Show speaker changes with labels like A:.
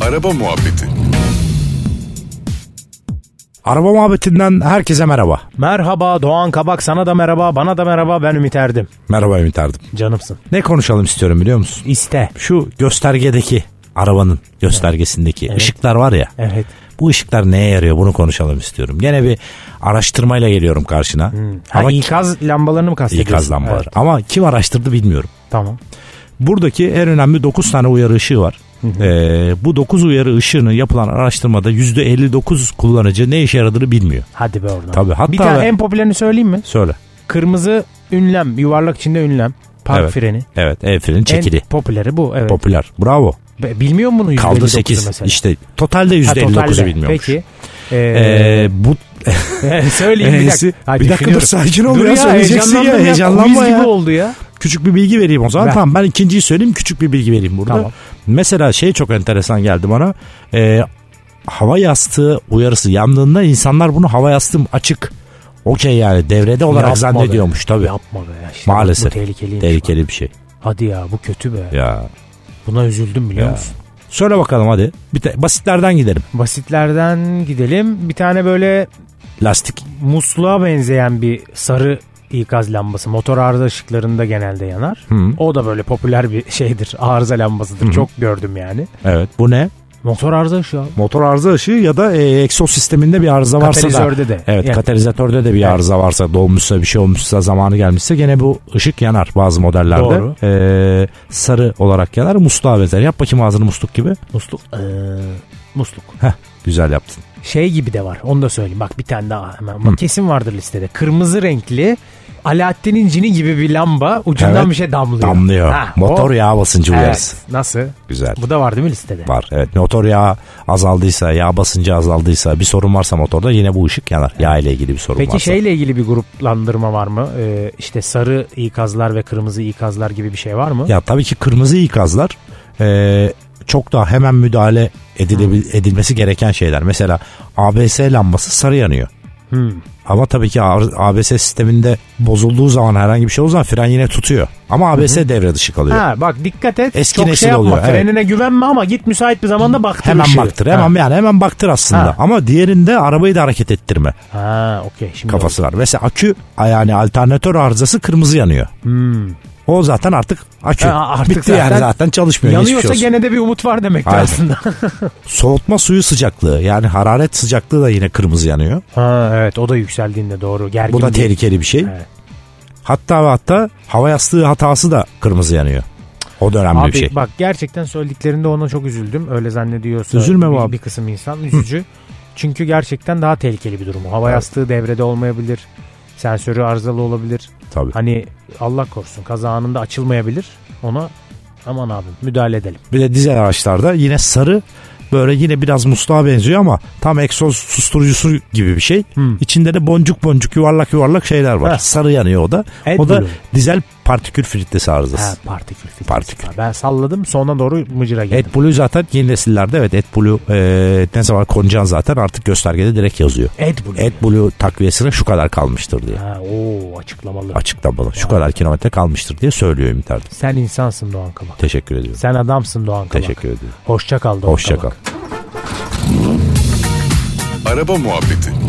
A: Araba Muhabbeti
B: Araba muhabbetinden herkese merhaba.
C: Merhaba Doğan Kabak sana da merhaba bana da merhaba ben Ümit Erdim.
B: Merhaba Ümit Ardım.
C: Canımsın.
B: Ne konuşalım istiyorum biliyor musun?
C: İste.
B: Şu göstergedeki arabanın göstergesindeki ışıklar var ya.
C: Evet.
B: Bu ışıklar neye yarıyor bunu konuşalım istiyorum. Gene bir araştırmayla geliyorum karşına.
C: Hmm. Ha, ikaz lambalarını mı kastediyorsun?
B: ikaz lambaları.
C: Evet,
B: Ama kim araştırdı bilmiyorum.
C: tamam.
B: Buradaki en önemli 9 tane uyarı ışığı var. Ee, bu 9 uyarı ışığını yapılan araştırmada %59 kullanıcı ne işe yaradığını bilmiyor.
C: Hadi be oradan.
B: Tabii, hatta
C: bir tane
B: ben-
C: en popülerini söyleyeyim mi?
B: Söyle.
C: Kırmızı ünlem yuvarlak içinde ünlem. Park
B: Evet.
C: freni.
B: Evet el freni çekili.
C: En popüleri bu evet.
B: Popüler. Bravo.
C: Be- Bilmiyor musun bunu
B: Kaldı
C: 159'u
B: 8.
C: mesela?
B: İşte totalde
C: Ha,
B: %59'u
C: totalde.
B: bilmiyormuş.
C: Peki. Ee,
B: Ee, bu
C: söyleyeyim Ee, bir
B: Enesi-
C: dakika. Ha,
B: bir dakika dur
C: düşünüyorum.
B: sakin ol
C: Dur
B: ya, söyleyeceksin
C: heyecanlanma
B: ya heyecanlanma
C: Quiz
B: ya.
C: gibi oldu ya.
B: Küçük bir bilgi vereyim o zaman.
C: Ver.
B: Tamam ben ikinciyi söyleyeyim küçük bir bilgi vereyim burada.
C: Tamam.
B: Mesela şey çok enteresan geldi bana. Ee, hava yastığı uyarısı yandığında insanlar bunu hava yastığım açık. Okey yani devrede olarak
C: Yapma be.
B: zannediyormuş tabii.
C: Yapma be. işte
B: Maalesef.
C: Bu tehlikeliymiş.
B: Tehlikeli bir şey.
C: Hadi ya bu kötü be.
B: Ya.
C: Buna üzüldüm biliyor
B: Ya.
C: musun?
B: Söyle bakalım hadi. Bir te- basitlerden gidelim.
C: Basitlerden gidelim. Bir tane böyle
B: Lastik.
C: musluğa benzeyen bir sarı ikaz lambası. Motor arıza ışıklarında genelde yanar.
B: Hı.
C: O da böyle popüler bir şeydir. Arıza lambasıdır. Çok gördüm yani.
B: Evet. Bu ne?
C: Motor arıza ışığı abi.
B: Motor arıza ışığı ya da e, egzoz sisteminde bir arıza varsa da.
C: Katalizörde de.
B: Evet
C: Yani.
B: katalizatörde de bir arıza varsa dolmuşsa bir şey olmuşsa zamanı gelmişse gene bu ışık yanar bazı modellerde.
C: Doğru.
B: Ee, sarı olarak yanar musluğa benzer. Yap bakayım ağzını musluk gibi.
C: Musluk. Ee, musluk.
B: Heh güzel yaptın.
C: Şey gibi de var. Onu da söyleyeyim. Bak bir tane daha hemen. Bak, kesin vardır listede. Kırmızı renkli Alaaddin'in incini gibi bir lamba ucundan
B: Evet.
C: bir şey damlıyor.
B: Damlıyor.
C: Ha,
B: motor
C: o-
B: yağı basıncı uyarısı.
C: Evet. Nasıl?
B: Güzel.
C: Bu da var değil mi listede?
B: Var evet motor yağı azaldıysa yağ basıncı azaldıysa bir sorun varsa motorda yine bu ışık yanar. Yağ ile ilgili bir sorun
C: Peki şey
B: varsa.
C: şeyle ilgili bir gruplandırma var mı? Ee, işte sarı ikazlar ve kırmızı ikazlar gibi bir şey var mı?
B: Ya tabii ki kırmızı ikazlar e, çok daha hemen müdahale edilebil- edilmesi gereken şeyler. Mesela ABS lambası sarı yanıyor.
C: Hmm.
B: Ama tabii ki ar- ABS sisteminde bozulduğu zaman herhangi bir şey olduğu zaman fren yine tutuyor. Ama ABS devre dışı kalıyor.
C: Ha bak dikkat et.
B: e, Eski
C: Çok
B: nesil
C: şey yapma.
B: oluyor, evet.
C: Frenine güvenme ama git müsait bir zamanda baktır
B: Hemen
C: ışığı.
B: baktır.
C: şey- Ha.
B: Hemen yani hemen baktır aslında.
C: Ha.
B: Ama diğerinde arabayı da hareket ettirme
C: Ha okey şimdi.
B: kafası var. Mesela akü yani alternatör arızası kırmızı yanıyor. O zaten artık akü.
C: Hmm. Ha, artık
B: Bitti yani
C: zaten-
B: zaten
C: oldu.
B: çalışmıyor. hiçbir şey
C: Yanıyorsa
B: olsun.
C: gene de bir umut var demektir
B: Aynen.
C: aslında.
B: Soğutma suyu sıcaklığı yani hararet sıcaklığı da yine kırmızı yanıyor.
C: ha evet o da yükseldiğinde doğru. Gergin
B: Bu da
C: değil.
B: tehlikeli bir şey.
C: Evet.
B: Hatta ve hatta hava yastığı hatası da kırmızı yanıyor. O da önemli
C: Abi
B: bir şey.
C: bak gerçekten söylediklerinde ona çok üzüldüm. Öyle zannediyorsa
B: Üzülme
C: bir,
B: abi.
C: bir kısım insan üzücü. Çünkü gerçekten daha tehlikeli bir durum. o. Hava yastığı devrede olmayabilir. Sensörü arızalı olabilir.
B: Tabii.
C: Hani Allah korusun kaza anında açılmayabilir. Ona aman abi müdahale edelim.
B: Bir de dizel araçlarda yine sarı böyle yine biraz musluğa benziyor ama tam egzoz susturucusu gibi bir şey. İçinde de boncuk boncuk yuvarlak yuvarlak şeyler var.
C: Heh.
B: Sarı yanıyor o da.
C: Evet,
B: o da
C: biliyorum.
B: dizel partikül filtresi
C: Ha,
B: arızası.
C: partikül filtresi.
B: Partikül.
C: var. Ben salladım sonra doğru mıcıra girdim.
B: AdBlue zaten yeni nesillerde evet AdBlue e, ne zaman konacaksın zaten artık göstergede direkt yazıyor.
C: AdBlue.
B: AdBlue takviyesine şu kadar kalmıştır diye.
C: Ha, oo, açıklamalı.
B: Açıklamalı. Şu kadar kilometre kalmıştır diye söylüyor Ümit Erdem.
C: Sen insansın Doğan Kabak.
B: Teşekkür ediyorum.
C: Sen adamsın Doğan Kabak.
B: Teşekkür ediyorum.
C: Hoşça kal Doğan
B: Hoşça
C: Kabak.
B: kal.
A: Araba Muhabbeti